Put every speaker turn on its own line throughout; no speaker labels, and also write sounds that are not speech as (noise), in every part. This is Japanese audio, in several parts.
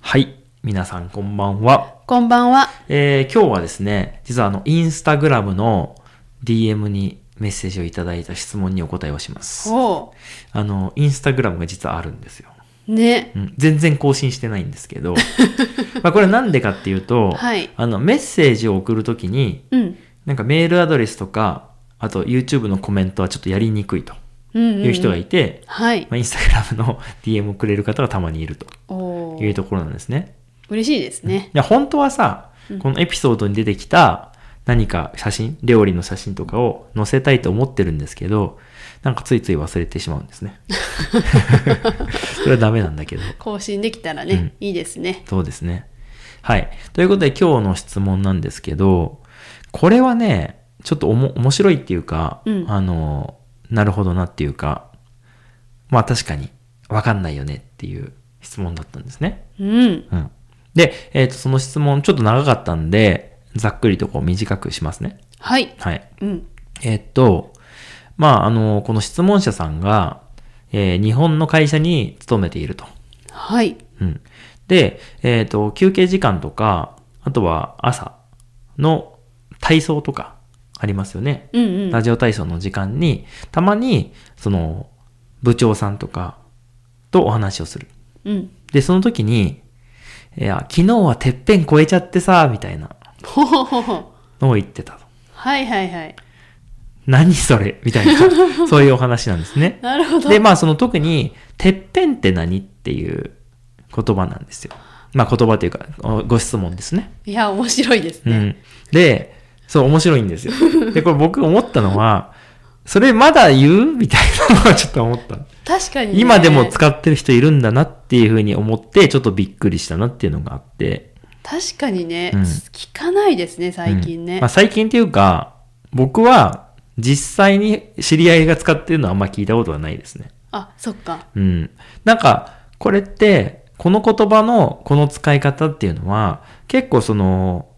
はい。皆さんこんばんは。
こんばんは。
えー今日はですね、実はあの、インスタグラムの DM にメッセージをいただいた質問にお答えをします。
お
あの、インスタグラムが実はあるんですよ。
うね。
うん、全然更新してないんですけ
(laughs)
ど、まあこれなんでかっていうと、
はい
あの、メッセージを送るときに、
うん。
なんかメールアドレスとか、あと YouTube のコメントはちょっとやりにくいと
うん、うん。
いう人がいて、
はい。
まあ、インスタグラムの DM をくれる方がたまにいると
お
いう
ー
ところなんですね。
嬉しいですね。
いや、本当はさ、このエピソードに出てきた何か写真、料理の写真とかを載せたいと思ってるんですけど、なんかついつい忘れてしまうんです
(laughs)
ね。それはダメなんだけど。
更新できたらね、いいですね。
そうですね。はい。ということで今日の質問なんですけど、これはね、ちょっとおも面白いっていうか、
うん
あの、なるほどなっていうか、まあ確かにわかんないよねっていう質問だったんですね。
うん。
うん。で、えっ、と、その質問ちょっと長かったんで、ざっくりとこう短くしますね。
はい。
はい。
うん。
えっと、まあ、あの、この質問者さんが、えー日本の会社に勤めていると。
はい。
うん。で、えっ、と、休憩時間とか、あとは朝の体操とかありますよね。
うんうん。
ラジオ体操の時間に、たまに、その、部長さんとかとお話をする。
うん。
で、その時に、いや、昨日はてっぺん越えちゃってさ、みたいな
ほほほほ。
のを言ってたと。
はいはいはい。
何それみたいな、そういうお話なんですね。
なるほど。
で、まあその特に、てっぺんって何っていう言葉なんですよ。まあ言葉というか、おご質問ですね。
いや、面白いです
う
ね。
ん。で、そう、面白いんですよ。で、これ僕思ったのは、それまだ言うみたいなのはちょっと思った。
確かに、ね。
今でも使ってる人いるんだなっていうふうに思って、ちょっとびっくりしたなっていうのがあって。
確かにね、
うん
聞かないですね、最近
うん
ね。
まあ、最近っていうか、僕は実際に知り合いが使ってるのはあんま聞いたことはないですね。
あ、そっか。
うん。なんか、これって、この言葉のこの使い方っていうのは、結構その、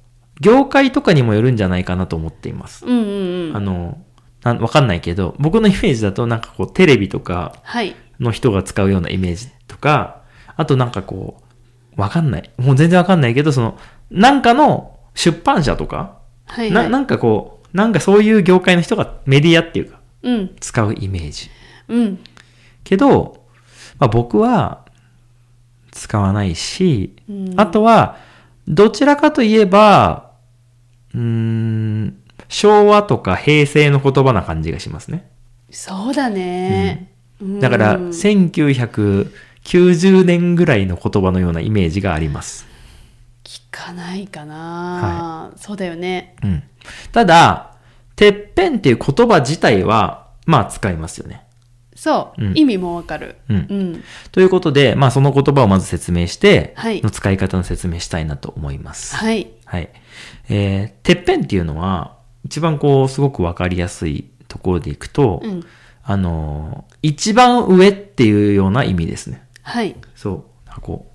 業界とかにもよるんじゃないかなと思っています。
うんうんう
あ
ん。
の、なんわかんないけど、僕のイメージだとなんかこう、テレビとか
はい。
の人が使うようなイメージとか、あとなんかこう、わかんない。もう全然わかんないけど、その、なんかの出版社とか、
はい、は
な、
い。
なんかこう、なんかそういう業界の人がメディアっていうか、
うん。
使うイメージ。
うん。
けど、まあ僕は使わないし、
うん
あとは、どちらかといえば、うーん、昭和とか平成の言葉な感じがしますね。
そうだね。うん
だから、1990年ぐらいの言葉のようなイメージがあります。
聞かないかな、そうだよね。
うん。ただ、てっぺんっていう言葉自体は、まあ使いますよね。
そう、
うん
意味もわかる。
うん
うん。
ということで、まあその言葉をまず説明して、
はい
の使い方の説明したいなと思います。
はい。
はい。えー、てっぺんっていうのは、一番こう、すごくわかりやすいところでいくと、
うん。
あのー一番上っていうような意味ですね。
はい。
そう。なんかこ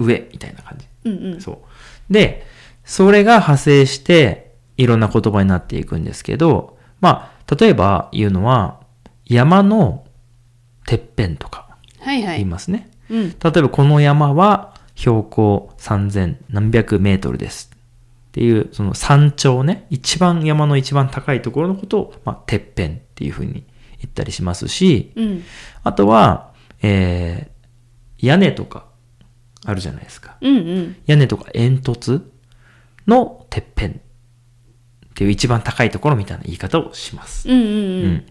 う、上みたいな感じ。
うんうん。
そう。で、それが派生して、いろんな言葉になっていくんですけど、まあ、例えば言うのは、山のてっぺんとか
はいは
言い
い。
ますね。
うん。
例えばこの山は標高3000何百メートルです。っていう、その山頂ね、一番山の一番高いところのことを、まあ、てっぺんっていうふうに言ったりしますし、
うん。
あとは、えー、屋根とかあるじゃないですか。
うんうん。
屋根とか煙突のてっぺんっていう一番高いところみたいな言い方をします。
うんうん
う
うん。
ん。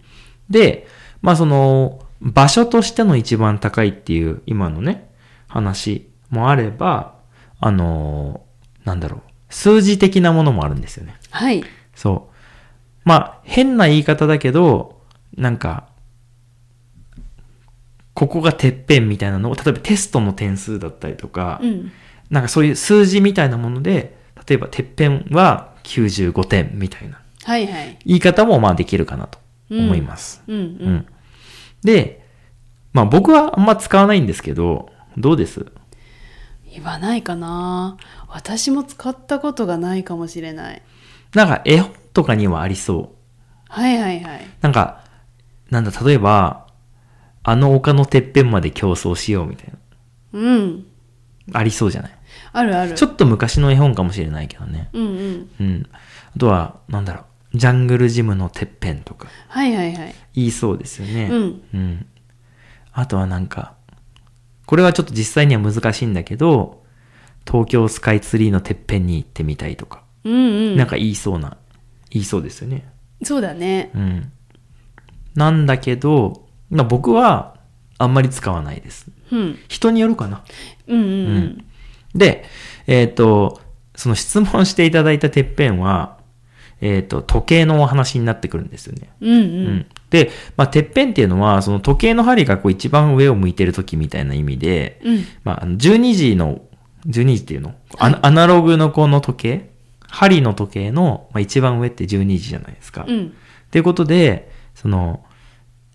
で、まあその、場所としての一番高いっていう今のね、話もあれば、あのーなんだろう、数字的なものもあるんですよね。
はい。
そう。まあ、変な言い方だけど、なんか、ここがてっぺんみたいなのを、例えばテストの点数だったりとか、
うん。
なんかそういう数字みたいなもので、例えばてっぺんは95点みたいな
はいはい。
言い方もまあできるかなと思います。
うん
う。
うんん。
で、まあ僕はあんま使わないんですけど、どうです
言わないかな私も使ったことがないかもしれない。
なんか絵本とかにはありそう。
はいはいはい。
なんか、なんだ、例えば、あの丘のてっぺんまで競争しようみたいな。
うん。
ありそうじゃない
あるある
ちょっと昔の絵本かもしれないけどね。
うんうん
うん。あとは、なんだろう、ジャングルジムのてっぺんとか、
はいはいはい
言いそうですよね。
うん。
あとはなんか、これはちょっと実際には難しいんだけど、東京スカイツリーのてっぺんに行ってみたいとか、
うんうん
なんか言いそうな、言いそうですよね。
そうだね
うん。なんだけど、まあ僕はあんまり使わないです。
うん
人によるかな。
うんうんうん
で、えっ、と、その質問していただいたてっぺんは、えっ、と、時計のお話になってくるんですよね。
うん
う
うん
ん。で、まあ、てっぺんっていうのは、その時計の針がこう一番上を向いてる時みたいな意味で、
うん
まああの、12時の、12時っていうのアナアナログのこの時計針の時計の、まあ、一番上って12時じゃないですか。
う
っ
ん
ていうことで、その、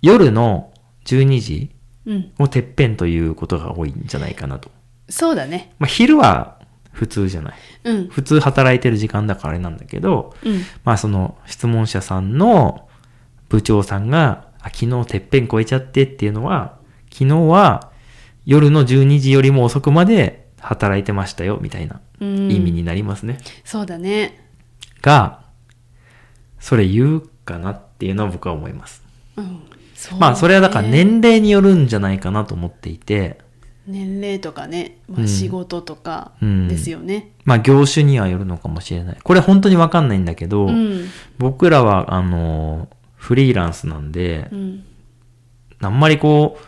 夜の12時
うん
をてっぺんということが多いんじゃないかなと。
そうだね
まあ、昼は普通じゃない。
うん
普通働いてる時間だからあれなんだけど、
うん
まあその質問者さんの部長さんが、あ昨日てっぺん超えちゃってっていうのは、昨日は夜の12時よりも遅くまで働いてましたよ、みたいな
うん
意味になりますね。
そうだね
が、それ言うかなっていうのは僕は思います。
うんそう
まあそれはだから年齢によるんじゃないかなと思っていて、
年齢とかね、
う
ま
ん
あ、仕事とか
うん
ですよね
まあ業種にはよるのかもしれない。これ本当にわかんないんだけど、
うん
僕らは、あの、フリーランスなんで
う、ん
あんまりこう、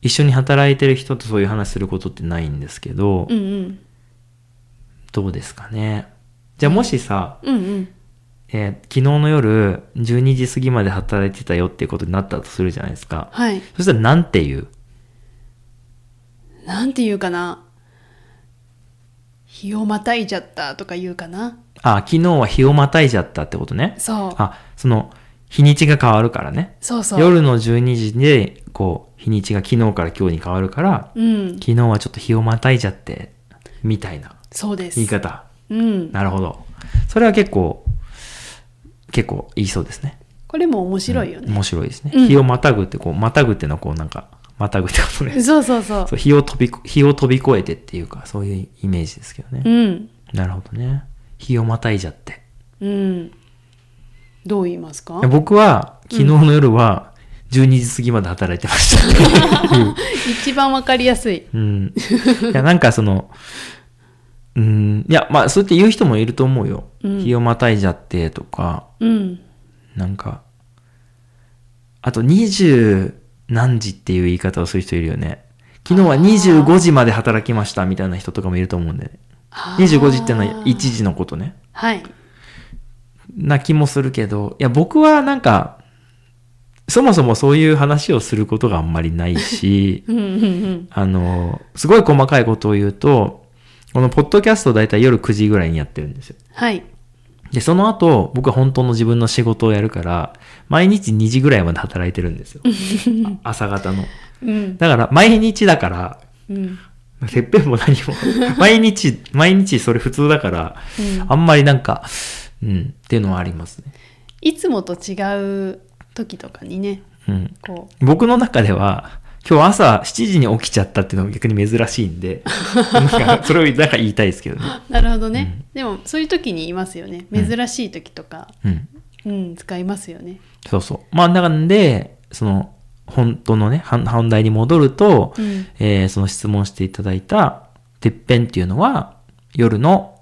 一緒に働いてる人とそういう話することってないんですけど、
うんうん
どうですかね。じゃあもしさ、
うんうん
えー昨日の夜12時過ぎまで働いてたよっていうことになったとするじゃないですか。
はい
そしたらなんて言う
なんて言うかな日をまたいじゃったとか言うかな
あ、昨日は日をまたいじゃったってことね。
そう
あ、その、日にちが変わるからね。
そうそう
夜の12時で、こう、日にちが昨日から今日に変わるから、
うん
昨日はちょっと日をまたいじゃって、みたいな。
そうです
言い方。
うん
なるほど。それは結構、結構言いそうですね。
これも面白いよね
面、白いですね。
うん
日をまたぐって、こう、またぐってのはこうなんか、またぐってことね。
そうそうそ
(laughs)
う
そう日を飛びこ、日を飛び越えてっていうか、そういうイメージですけどね。
うん
なるほどね。日をまたいじゃって。
うんどう言いますか
僕は、昨日の夜は、12時過ぎまで働いてました、ね。
一番わかりやすい
うん。いや、なんかその、うん、いや、まあ、そうやって言う人もいると思うよ。
うん
日をまたいじゃってとか、
うん
なんか、あと20何時っていう言い方をする人いるよね。昨日は25時まで働きましたみたいな人とかもいると思うんだよね。
あー
25時ってのは1時のことね。
はい
な気もするけど、いや僕はなんか、そもそもそういう話をすることがあんまりないし、
うんうんうん
あの、すごい細かいことを言うと、このポッドキャストだいたい夜9時ぐらいにやってるんですよ。
はい
で、その後、僕は本当の自分の仕事をやるから、毎日2時ぐらいまで働いてるん
(laughs)
ですよ。あ朝方の。
うん
だから、毎日だから、
うん
てっぺんも何
(laughs)
も、毎日、毎日それ普通だから、
うん
あんまりなんか、うん、っていうのはありますね。
いつもと違う時とかにね
うん。
こ
僕の中では、今日朝7時に起きちゃったっていうのが逆に珍しいん
(laughs)
で、なんか、それをなんか言いたいですけどね。
うなるほどね、でもそういう時にいますよね
うん
珍しい時とか、
うん。
うん使いますよね
そうそう。まあ、なんで、その、本当のね、本本題に戻ると、
うん
えーその質問していただいた、てっぺんっていうのは、夜の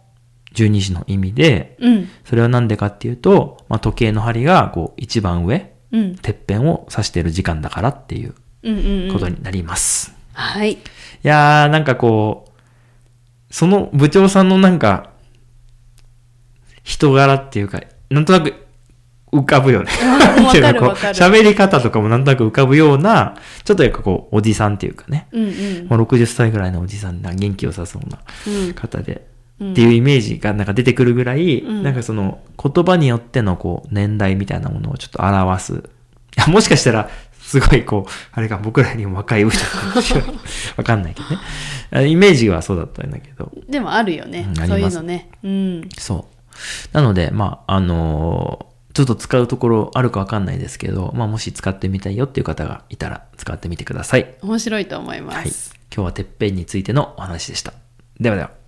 12時の意味で、
うん
それはなんでかっていうと、まあ、時計の針が、こう、一番上、
うん
てっぺんを指してる時間だからっていう
うんうんう
こ
ん
とになります。
はい
いやー、なんかこう、その部長さんのなんか、人柄っていうか、なんとなく浮かぶよね。
うん
なんていう
わかる
こう
わかる
喋り方とかもなんとなく浮かぶような、ちょっとやっぱこう、おじさんっていうかね。
うんうん
もう60歳ぐらいのおじさんな元気良さそうな
うん
方で、
うん
っていうイメージがなんか出てくるぐらい、
うん
なんかその言葉によってのこう年代みたいなものをちょっと表す。い (laughs) やもしかしたら、すごいこう、あれが僕らにも若い歌かもしれない。 (laughs) わかんないけどねあ。イメージはそうだったんだけど。
でもあるよね、
うんあります
そういうのねうん
そう。なので、まあ、あのーちょっと使うところあるかわかんないですけど、まあ、もし使ってみたいよっていう方がいたら使ってみてください。
面白いと思います、
はい。今日はてっぺんについてのお話でした。ではでは。